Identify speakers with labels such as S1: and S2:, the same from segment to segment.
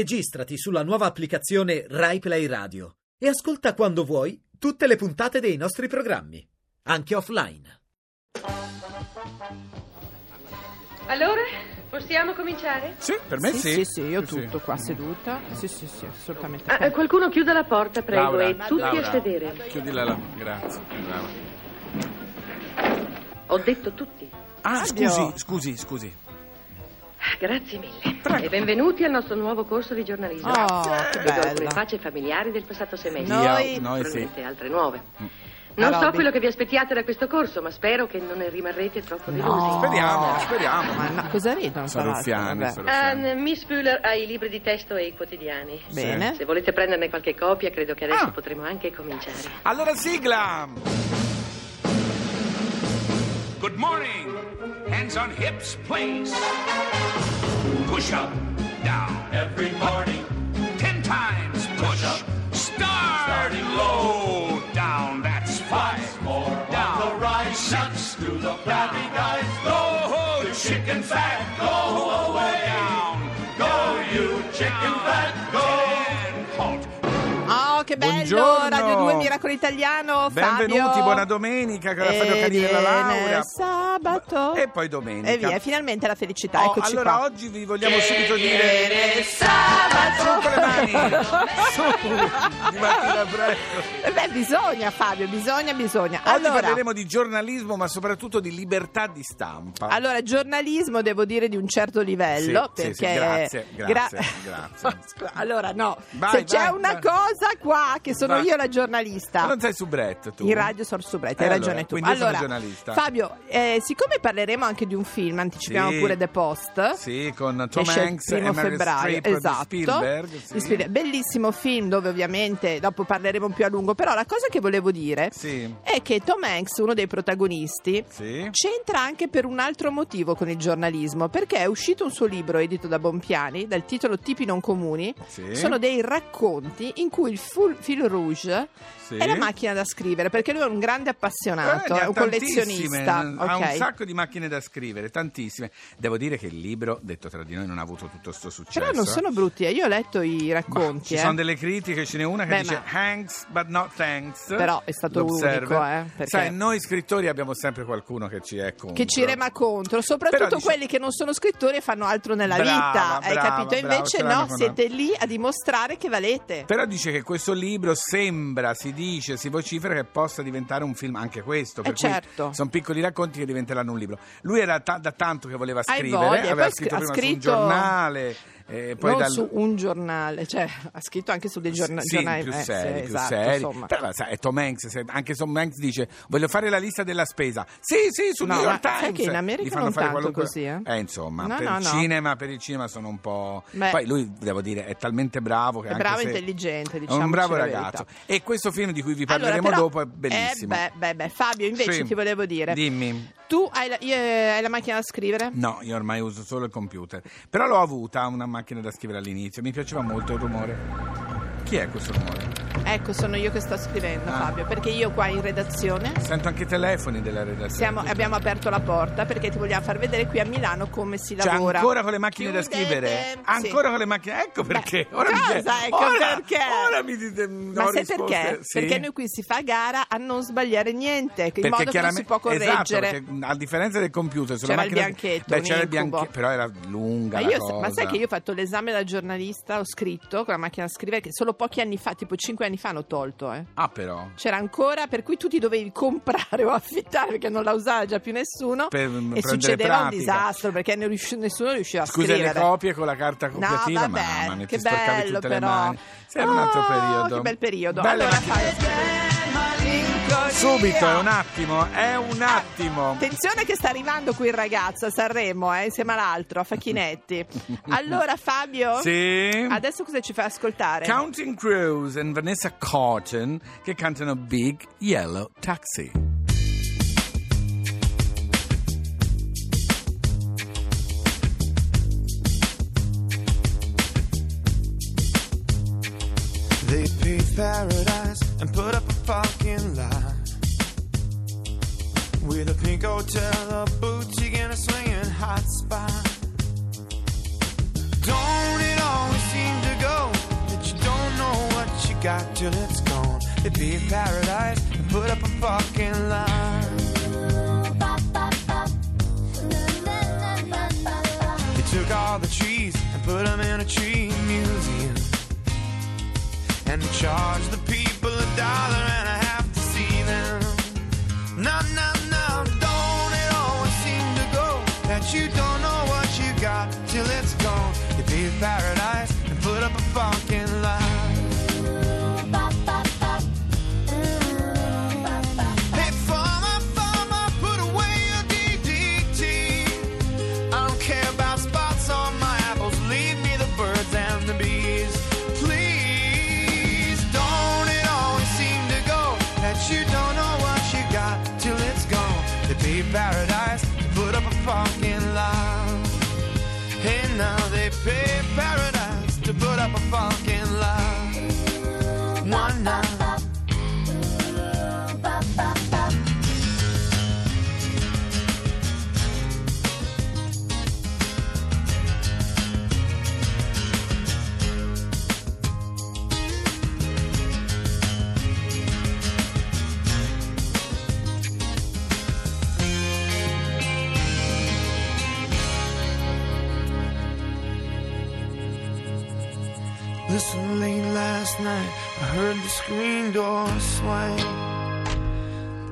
S1: Registrati sulla nuova applicazione RaiPlay Radio e ascolta quando vuoi tutte le puntate dei nostri programmi, anche offline.
S2: Allora, possiamo cominciare?
S3: Sì, per me Eh sì.
S4: Sì, sì, io tutto qua seduta. Sì, sì, sì, assolutamente.
S2: Ah, eh, qualcuno chiuda la porta, prego,
S3: Laura,
S2: e tutti
S3: Laura,
S2: a sedere.
S3: Chiudila là, grazie. brava.
S2: Ho detto tutti.
S3: Ah,
S4: Fabio.
S3: scusi, scusi, scusi.
S2: Ah, Grazie mille. E benvenuti al nostro nuovo corso di giornalismo.
S4: Oh, che
S2: Vedo alcune
S4: bella.
S2: facce familiari del passato semestre.
S4: Noi-
S3: Dia- noi sì. Mm.
S2: Probabilmente altre nuove. Non
S4: Ah,
S2: so
S4: Robby.
S2: quello che vi aspettiate da questo corso, ma spero che non ne rimarrete troppo delusi.
S4: No.
S3: Speriamo, speriamo.
S4: Ma, ma cosa ridono? tra l'altro?
S3: Saruffiani,
S4: Vabbè.
S3: Saruffiani.
S2: Ah, Miss Fuller ha i libri di testo e i quotidiani.
S4: Bene.
S2: Se volete prenderne qualche copia, credo che adesso
S3: Ah.
S2: potremo anche cominciare.
S3: Allora sigla!
S5: Good morning. Hands on hips, please. Push up, down. Every morning. Ten times push up. Starting low, down. That's five. More down. the rise, shuts through the flabby guys. Go, ho, the chicken fat, go away. Down. Go, you chicken fat, go. halt.
S4: Oh, che bello!
S3: Buongiorno.
S4: Radio 2 Miracolo Italiano.
S3: Benvenuti,
S4: Fabio.
S3: buona domenica con la Fabio
S4: E
S3: Canini e la
S4: viene
S3: Laura.
S4: Sabato.
S3: E poi domenica.
S4: E via, finalmente la felicità.
S3: Oh,
S4: Eccoci
S3: allora
S4: qua.
S3: oggi vi vogliamo subito dire... Su con le mani! Su! Di mattina presto.
S4: Eh Beh, bisogna, Fabio, bisogna, bisogna.
S3: Oggi
S4: allora,
S3: parleremo di giornalismo, ma soprattutto di libertà di stampa.
S4: allora, giornalismo devo dire di un certo livello.
S3: Ah. Sì, sì,
S4: perché...
S3: sì, grazie, grazie,
S4: Gra-
S3: grazie.
S4: Scusa, allora, no,
S3: Vai,
S4: se c'è
S3: vai,
S4: una
S3: vai.
S4: cosa qua che sono
S3: Vai.
S4: io la giornalista.
S3: Ma non sei subrette tu?
S4: In radio sono subrette,
S3: Eh,
S4: hai
S3: allora,
S4: ragione tu.
S3: quindi io sono
S4: Allora,
S3: giornalista.
S4: Fabio, eh, siccome parleremo anche di un film, anticipiamo
S3: Sì.
S4: pure The Post.
S3: Sì, con Tom
S4: esce
S3: Hanks
S4: il
S3: e
S4: primo
S3: Meryl
S4: febbraio,
S3: Streep di
S4: esatto.
S3: Spielberg, sì.
S4: Di Spielberg. Bellissimo film dove ovviamente dopo parleremo più a lungo, però la cosa che volevo dire
S3: Sì.
S4: è che Tom Hanks, uno dei protagonisti,
S3: Sì.
S4: c'entra anche per un altro motivo con il giornalismo, perché è uscito un suo libro edito da Bompiani, dal titolo Tipi non comuni,
S3: Sì.
S4: sono dei racconti in cui il ful- fil rouge
S3: Sì.
S4: è la macchina da scrivere, perché lui è un grande
S3: Eh,
S4: appassionato,
S3: ne
S4: è
S3: ha
S4: un
S3: tantissime,
S4: collezionista.
S3: n-
S4: ok?
S3: Ha un sacco di macchine da scrivere, tantissime. Devo dire che il libro, detto tra di noi, non ha avuto tutto sto successo.
S4: Però non sono brutti, eh, io ho letto i
S3: Bah,
S4: racconti.
S3: ci
S4: eh.
S3: sono delle critiche, ce n'è una che
S4: Beh,
S3: dice
S4: ma-
S3: thanks but not thanks.
S4: Però è stato
S3: L'Observer.
S4: unico, eh, perché-
S3: Sai, noi scrittori abbiamo sempre qualcuno che ci è contro.
S4: Che ci rema contro, soprattutto
S3: Però dice-
S4: quelli che non sono scrittori e fanno altro nella
S3: Brava,
S4: vita, hai
S3: brava,
S4: capito?
S3: brava,
S4: Invece
S3: ce l'hanno
S4: no,
S3: con-
S4: siete lì a dimostrare che valete.
S3: Però dice che questo libro sembra, si dice, si vocifera che possa diventare un film anche questo.
S4: Eh,
S3: Per
S4: certo.
S3: sono piccoli racconti che diventeranno un libro. Lui era ta- da tanto che voleva
S4: Hai
S3: scrivere,
S4: voglia, e
S3: aveva
S4: poi scri-
S3: scritto
S4: ha
S3: prima su
S4: scritto-
S3: un giornale, eh, poi
S4: non
S3: dal-
S4: su un giornale, cioè ha scritto anche su dei giorna-
S3: Sì,
S4: giornali
S3: più
S4: eh, sì,
S3: seri, più
S4: esatto,
S3: seri.
S4: insomma.
S3: Però sai, è Tom Hanks, se- anche Tom Hanks dice voglio fare la lista della spesa. Sì, sì, su
S4: No,
S3: New
S4: ma
S3: York Times.
S4: sai che in America
S3: Gli fanno
S4: non
S3: fare
S4: tanto
S3: qualunque-
S4: così, eh?
S3: insomma,
S4: No,
S3: per
S4: no,
S3: il
S4: no.
S3: cinema, per il cinema sono un po'
S4: Beh.
S3: Poi lui, devo dire, è talmente bravo che
S4: È
S3: anche
S4: bravo e
S3: se-
S4: intelligente,
S3: È
S4: diciamoci
S3: un bravo
S4: la
S3: ragazzo.
S4: verità.
S3: E questo film di cui vi
S4: Allora,
S3: parleremo
S4: però-
S3: dopo è bellissimo.
S4: Eh, beh, beh, beh. Fabio, invece
S3: Sì.
S4: ti volevo dire,
S3: Dimmi.
S4: tu hai la, io- eh, hai la macchina da scrivere?
S3: No, io ormai uso solo il computer. Però l'ho avuta una macchina da scrivere all'inizio. Mi piaceva molto il rumore. Chi è questo rumore?
S4: Ecco, sono io che sto scrivendo,
S3: Ah.
S4: Fabio, perché io qua in redazione
S3: Sento anche i telefoni della redazione.
S4: siamo- abbiamo aperto la porta perché ti vogliamo far vedere qui a Milano come si
S3: Cioè,
S4: lavora.
S3: ancora con le macchine da
S4: Chiudete.
S3: scrivere?
S4: Sì.
S3: Ancora con le macchine? Ecco perché. ora mi
S4: cosa?
S3: chiedi-
S4: Ecco
S3: ora,
S4: perché.
S3: Ora mi dite.
S4: Ma
S3: ho
S4: sai
S3: risposte-
S4: perché?
S3: sì.
S4: Perché noi qui si fa gara a non sbagliare niente, in
S3: Perché
S4: modo che non si
S3: chiaramente-
S4: può correggere.
S3: Esatto, perché a differenza del computer, sulla
S4: C'era il
S3: macchina-
S4: bianchetto,
S3: Beh,
S4: un
S3: c'era il
S4: incubo.
S3: bianchetto, però era lunga.
S4: Ma,
S3: la
S4: io,
S3: cosa.
S4: ma sai che io ho fatto l'esame da giornalista, ho scritto con la macchina da scrivere, che solo pochi anni fa, tipo 5 anni fa, l'ho tolto. eh.
S3: Ah, però.
S4: C'era ancora, per cui tu ti dovevi comprare o affittare perché non la usava già più nessuno.
S3: Per mm, prendere
S4: e succedeva
S3: pratica.
S4: un disastro perché ne riusci- nessuno riusciva a
S3: Scusa, le
S4: scrivere.
S3: copie con la carta copiativa,
S4: no, vabbè,
S3: mamma mia,
S4: che
S3: ti sporcavi
S4: bello
S3: tutte
S4: però.
S3: le mani. Sì, Era un altro
S4: Oh,
S3: periodo.
S4: Che bel periodo.
S3: Belle
S4: allora,
S3: macchine.
S4: fai-
S3: Subito, è un attimo, è un
S4: Ah,
S3: attimo.
S4: Attenzione che sta arrivando qui il ragazzo a Sanremo, eh, insieme all'altro, a Facchinetti. Allora Fabio,
S3: Sì.
S4: adesso cosa ci fai ascoltare?
S3: Counting Crows e Vanessa Cotton che cantano Big Yellow Taxi.
S6: They paved paradise and put up a parking lot with a pink hotel, a boutique, and a swinging hot spot. Don't it always seem got till it's gone. They paved paradise and put up a fucking line. They took all the trees and put them in a tree museum. And they charged the people a dollar and a half to see them. No, no, no, don't it always seem to go that you don't know what you got till it's gone. You paved paradise and put up a fucking lie. Hey, farmer, farmer, put away your DDT. I don't care about spots on my apples. Leave me the birds and the bees. Please don't it always seem to go that you don't know what you got till it's gone. To be paradise, to put up a fucking lie. And now they pay paradise to put up a fucking lie. One night. Listen late last night, I heard the screen door swing.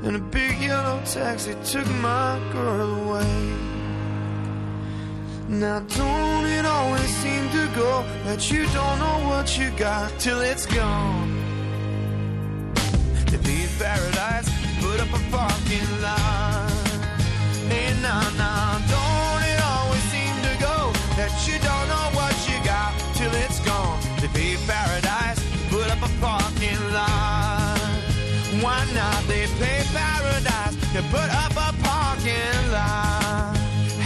S6: And a big yellow taxi took my girl away. Now don't it always seem to go that you don't know what you got till it's gone. To be in paradise, put up a fucking line. Hey, nah, nah, don't it always seem to go that you don't know what you got till it's gone? To be paradise, put up a parking lot. Why not? They pay paradise to put up a parking lot.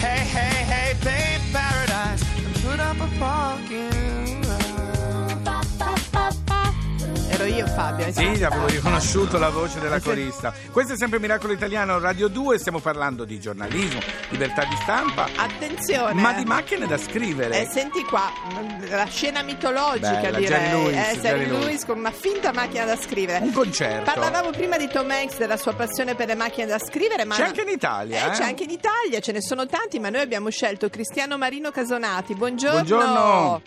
S6: Hey, hey, hey, pay paradise and put up a parking lot.
S4: Ero io Fabio. esatto. hai
S3: Sì,
S4: sentito?
S3: avevo riconosciuto la voce della corista. Questo è sempre Miracolo Italiano Radio 2, stiamo parlando di giornalismo, libertà di stampa,
S4: Attenzione.
S3: ma di macchine da scrivere.
S4: Eh, senti qua, mm, la scena mitologica
S3: Bella,
S4: direi.
S3: Jerry Lewis,
S4: eh,
S3: Jerry Lewis.
S4: Lewis con una finta macchina da scrivere.
S3: Un concerto.
S4: Parlavamo prima di Tom Hanks, della sua passione per le macchine da scrivere. Ma
S3: C'è anche in Italia, eh?
S4: C'è anche in Italia, ce ne sono tanti, ma noi abbiamo scelto Cristiano Marino Casonati. Buongiorno.
S3: Buongiorno.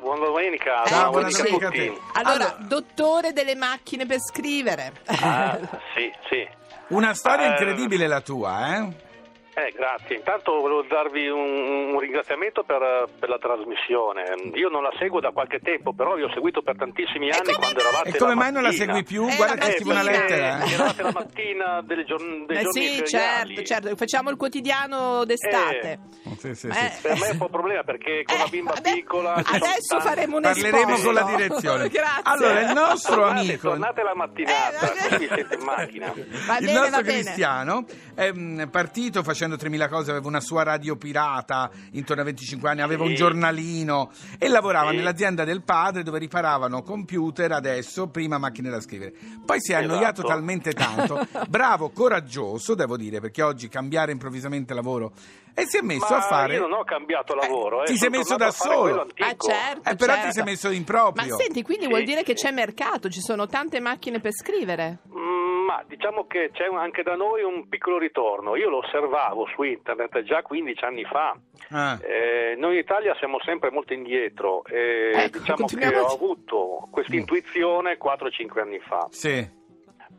S7: Buon domenica,
S4: Ciao,
S7: buon
S4: buona
S3: domenica a te.
S4: Allora,
S3: Allora.
S4: dottore delle macchine per scrivere.
S7: Ah, sì, sì.
S3: Una storia
S7: Eh.
S3: incredibile la tua, eh?
S7: Eh, grazie. Intanto volevo darvi un, un ringraziamento per, per la trasmissione. Io non la seguo da qualche tempo, però vi ho seguito per tantissimi anni
S4: come
S7: quando
S4: mai?
S7: eravate
S3: E come
S7: la
S3: mai non la
S7: mattina.
S3: segui più?
S4: Eh,
S3: Guarda
S4: la
S3: che scrivo una
S4: mattina,
S3: lettera.
S7: Eh,
S3: eh.
S7: eravate la mattina delle giorn- dei
S4: Eh
S7: giorni
S4: sì,
S7: feriali.
S4: certo, certo, facciamo il quotidiano d'estate.
S3: Sì, sì, sì.
S4: Eh,
S7: Per me è un po' un problema perché con
S4: Eh,
S7: la bimba
S4: vabbè,
S7: piccola... ci sono
S4: adesso
S7: tanti-
S4: faremo un
S3: Parleremo
S4: esposto.
S3: con la direzione.
S4: Grazie.
S3: Allora, il nostro
S7: tornate,
S3: amico...
S7: Tornate la mattinata,
S4: Eh,
S7: qui vi siete in macchina.
S4: Va
S3: il
S4: bene,
S3: nostro
S4: va bene.
S3: Cristiano è mm, partito facendo 3.000 cose, aveva una sua radio pirata intorno a 25 anni, aveva un
S7: Sì.
S3: giornalino e lavorava
S7: Sì.
S3: nell'azienda del padre dove riparavano computer, adesso prima macchine da scrivere. Poi si è
S7: Esatto.
S3: annoiato talmente tanto, bravo, coraggioso devo dire, perché oggi cambiare improvvisamente lavoro e si è messo
S7: Ma
S3: a fare...
S7: io non ho cambiato lavoro.
S3: Eh,
S7: Eh,
S3: ti
S7: sono
S3: sei messo
S7: tornato
S3: da
S7: a fare
S3: solo.
S7: quello
S4: Ah,
S7: antico.
S4: certo.
S3: Eh, però
S4: certo.
S3: ti sei messo in proprio.
S4: Ma senti, quindi
S7: Sì,
S4: vuol dire che
S7: sì.
S4: c'è mercato, ci sono tante macchine per scrivere.
S7: Mm, Ma diciamo che c'è un- anche da noi un piccolo ritorno. Io lo osservavo su internet già 15 anni fa.
S3: Ah.
S7: Eh, noi in Italia siamo sempre molto indietro. e
S4: Ecco,
S7: diciamo che
S4: continuiamo a-
S7: ho avuto questa
S3: Mm.
S7: intuizione 4-5 anni fa.
S3: Sì.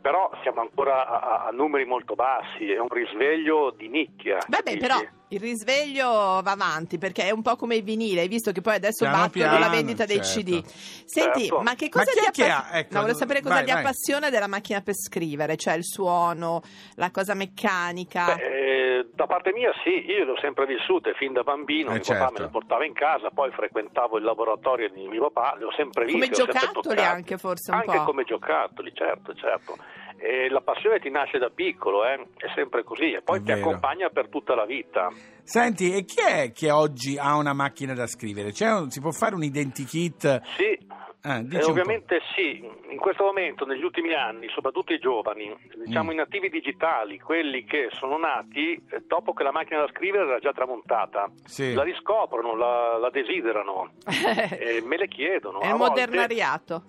S7: Però siamo ancora a, a- a numeri molto bassi. È un risveglio di nicchia.
S4: Vabbè,
S7: Quindi-
S4: però il risveglio va avanti perché è un po' come i vinili, hai visto che poi adesso
S3: Piano
S4: battono
S3: piano,
S4: la vendita dei
S3: certo.
S4: CD. Senti,
S7: Certo.
S4: ma che
S3: Ma
S4: cosa
S3: chi è
S4: ti
S3: che
S4: appassiona?
S3: ha- ecco,
S4: no, volevo sapere cosa
S3: vai,
S4: ti
S3: vai.
S4: appassiona della macchina per scrivere, cioè il suono, la cosa meccanica.
S7: Beh, eh, da parte mia sì, io le ho sempre vissute fin da bambino,
S3: Eh,
S7: mio papà
S3: certo.
S7: me le portava in casa, poi frequentavo il laboratorio di mio papà, le ho sempre viste.
S4: Come
S7: le ho sempre
S4: giocattoli
S7: toccate.
S4: anche, forse, un
S7: Anche
S4: po'.
S7: come giocattoli, certo, certo. E la passione ti nasce da piccolo, eh, è sempre così, e
S3: È
S7: poi ti
S3: vero.
S7: accompagna per tutta la vita.
S3: Senti, e chi è che oggi ha una macchina da scrivere? C'è un- si può fare un identikit?
S7: Sì,
S3: Eh, dici
S7: eh,
S3: un po'.
S7: ovviamente sì, in questo momento, negli ultimi anni, soprattutto i giovani, diciamo
S3: Mm.
S7: i nativi digitali, quelli che sono nati eh, dopo che la macchina da scrivere era già tramontata,
S3: Sì.
S7: la riscoprono, la, la desiderano. Eh, me le chiedono.
S4: è
S7: a
S4: il
S7: volte-
S4: modernariato.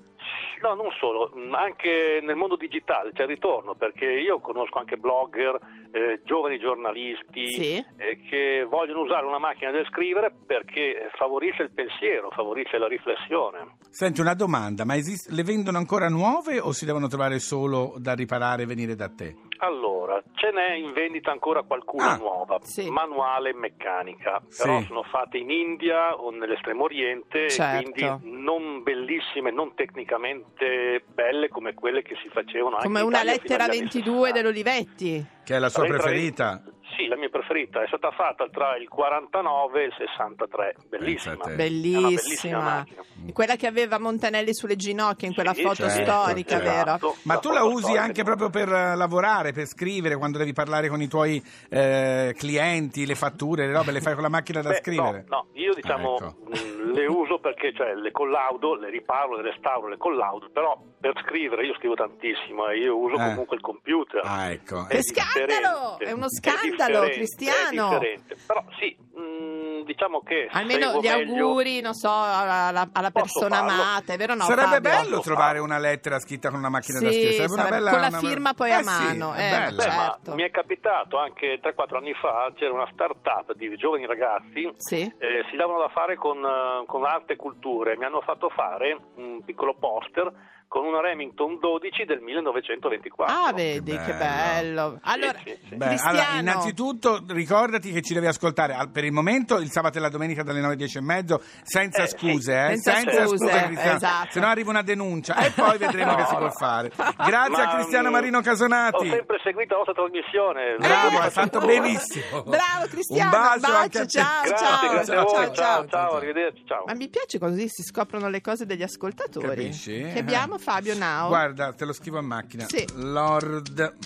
S7: No, non solo, mh, anche nel mondo digitale c'è il ritorno, perché io conosco anche blogger, eh, giovani giornalisti
S4: Sì.
S7: eh, che vogliono usare una macchina del scrivere perché favorisce il pensiero, favorisce la riflessione.
S3: Senti, una domanda, ma esist- le vendono ancora nuove o si devono trovare solo da riparare e venire da te?
S7: Allora, ce n'è in vendita ancora qualcuna
S3: Ah,
S7: nuova,
S4: sì.
S7: manuale e meccanica, però
S3: Sì.
S7: sono fatte in India o nell'estremo oriente,
S4: Certo.
S7: quindi non bellissime, non tecnicamente belle come quelle che si facevano anche
S4: Come
S7: in
S4: una
S7: Italia fino
S4: lettera
S7: agli anni
S4: 22
S7: 60.
S4: dell'Olivetti.
S3: Che è la sua
S7: Tra i tre-
S3: preferita?
S7: Sì, la mia preferita è stata fatta tra il 49 e il 63, bellissima.
S3: Pensa a te.
S7: È una bellissima
S4: Bellissima.
S7: macchina.
S3: Mm.
S4: Quella che aveva Montanelli sulle ginocchia in quella
S7: Sì,
S4: foto
S3: certo,
S4: storica,
S3: certo.
S4: vero?
S7: Esatto,
S3: Ma tu la
S7: foto
S3: usi
S7: storica.
S3: anche proprio per eh, lavorare, per scrivere, quando devi parlare con i tuoi eh, clienti, le fatture, le robe, le fai con la macchina da
S7: Beh,
S3: scrivere?
S7: No, no, io diciamo
S3: Ah, ecco.
S7: mh, le uso perché cioè, le collaudo, le riparo, le restauro, le collaudo, però per scrivere io scrivo tantissimo e io uso
S3: Eh.
S7: comunque il computer.
S3: Ah, ecco.
S4: Che
S3: Eh,
S4: scandalo!
S7: differente,
S4: È uno scandalo,
S7: differente,
S4: Cristiano!
S7: È differente. Però sì, mh, diciamo che
S4: Almeno
S7: seguo
S4: gli
S7: meglio-
S4: auguri, non so, alla, alla- alla
S7: Posso
S4: persona
S7: farlo?
S4: amata, è vero o no?
S3: sarebbe
S4: Fabio?
S3: bello
S7: Posso
S3: trovare
S7: farlo?
S3: una lettera scritta con una macchina da
S4: Sì,
S3: scrivere, sarebbe una
S4: sarebbe-
S3: bella
S4: con la
S3: una-
S4: firma poi
S3: Eh
S4: a
S3: sì,
S4: mano,
S3: è
S4: eh,
S3: bello.
S7: Beh, ma
S4: Certo.
S7: mi è capitato anche 3-4 anni fa, c'era una start-up di giovani ragazzi
S4: Sì.
S7: Eh, si davano da fare con, eh, con arte e culture. Mi hanno fatto fare un piccolo poster con una Remington 12 del 1924.
S4: Ah, vedi, che
S3: Che
S4: bello.
S3: bello.
S4: Allora,
S7: Sì, sì, sì.
S3: Beh,
S4: Cristiano,
S3: allora, innanzitutto ricordati che ci devi ascoltare al- per il momento il sabato e la domenica dalle 9 10 e mezzo senza
S7: Eh, sì.
S3: scuse, eh?
S4: Senza scuse,
S3: Cristiano,
S4: esatto.
S3: se no arriva una denuncia e poi vedremo
S7: No,
S3: che si può
S7: no.
S3: fare. Grazie
S7: Ma,
S3: a Cristiano
S7: mh,
S3: Marino
S7: Ho
S3: Casonati.
S7: sempre seguito la vostra trasmissione.
S3: Bravo,
S4: Eh,
S3: hai fatto
S4: sicuro.
S3: benissimo.
S4: Bravo Cristiano,
S3: un bacio, anche a
S4: bacio
S3: te.
S4: ciao,
S7: Grazie,
S4: ciao,
S7: grazie a
S4: ciao,
S7: voi.
S4: ciao,
S7: ciao,
S4: ciao.
S7: arrivederci. Ciao.
S4: Ma mi piace così si scoprono le cose degli ascoltatori.
S3: Capisci?
S4: Che abbiamo Fabio Nao.
S3: Guarda, te lo scrivo a macchina.
S4: Sì.
S3: Lord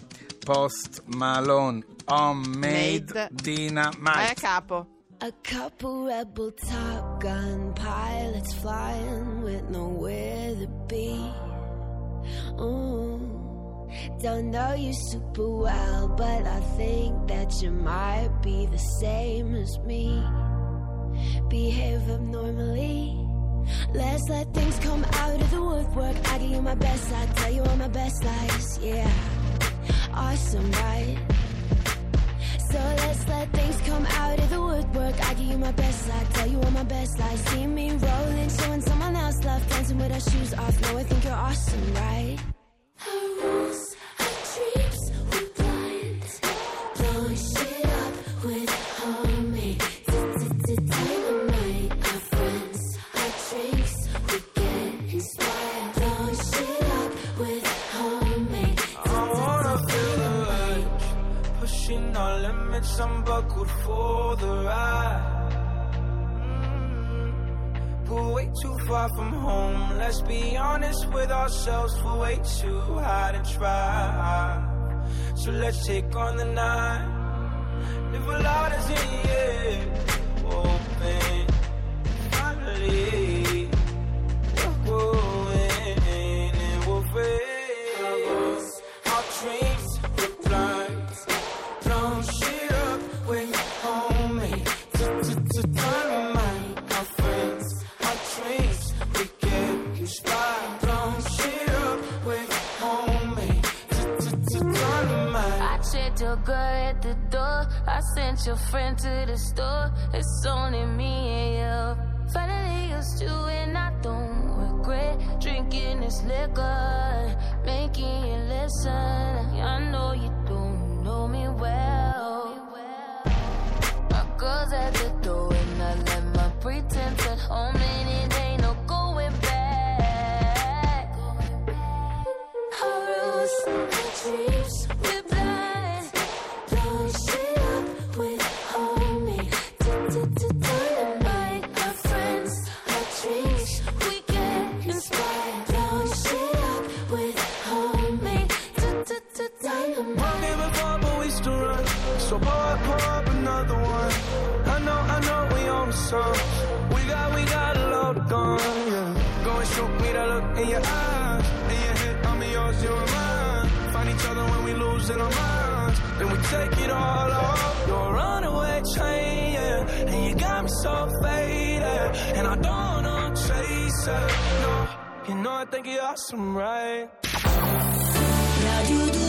S3: Post Malone Homemade
S4: Made. Vai a
S3: Dynamite.
S4: capo.
S8: A couple rebel top gun pilots flying with nowhere to be. Ooh, Mm. don't know you super well, but I think that you might be the same as me. Behave abnormally. Let's let things come out of the woodwork. I give you my best, I tell you all my best lies. Yeah, awesome, right? So let's let things come out of the woodwork. I give you my best I tell you all my best lies. See me rolling, showing someone else love, dancing with our shoes off. No, I think you're awesome, right? Our rules, our dreams, we're blind. Blowing shit up with homemade dynamite. Our friends, our drinks, we get inspired. Blowing shit up with homemade dynamite.
S6: Pushing our limits, unbuckled for the ride. Mm. We're way too far from home. Let's be honest with ourselves. We're way too high to try. So let's take on the night. Live a lot as in yeah. Open. Finally. We're going and we'll face our dreams. We're blind. Blown shit up with homemade dynamite. Our friends, our dreams, we get inspired. Blown shit up with homemade dynamite.
S8: I checked your girl at the door. I sent your friend to the store. It's only me and you. Finally, it's you and I don't regret drinking this liquor, making you listen. I know you don't know me well. My girl's at the door and I left my pretense at home and it ain't no going back. Our rules, our dreams, we're blind. Blowing shit up with homemade dynamite. Our friends, our dreams, we get inspired. Blowing shit up with homemade dynamite.
S6: Here before, but we still run. So pour, pour up another one. I know, I know we on some. We got, we got a load of gun. Yeah. Go and shoot me that look in your eyes. In your head, I'm in yours, you're in mine. Find each other when we lose in our minds. Then we take it all off. You're a runaway train, yeah. And you got me so faded. And I don't wanna chase it. No. You know I think you're awesome, right?
S8: Now you do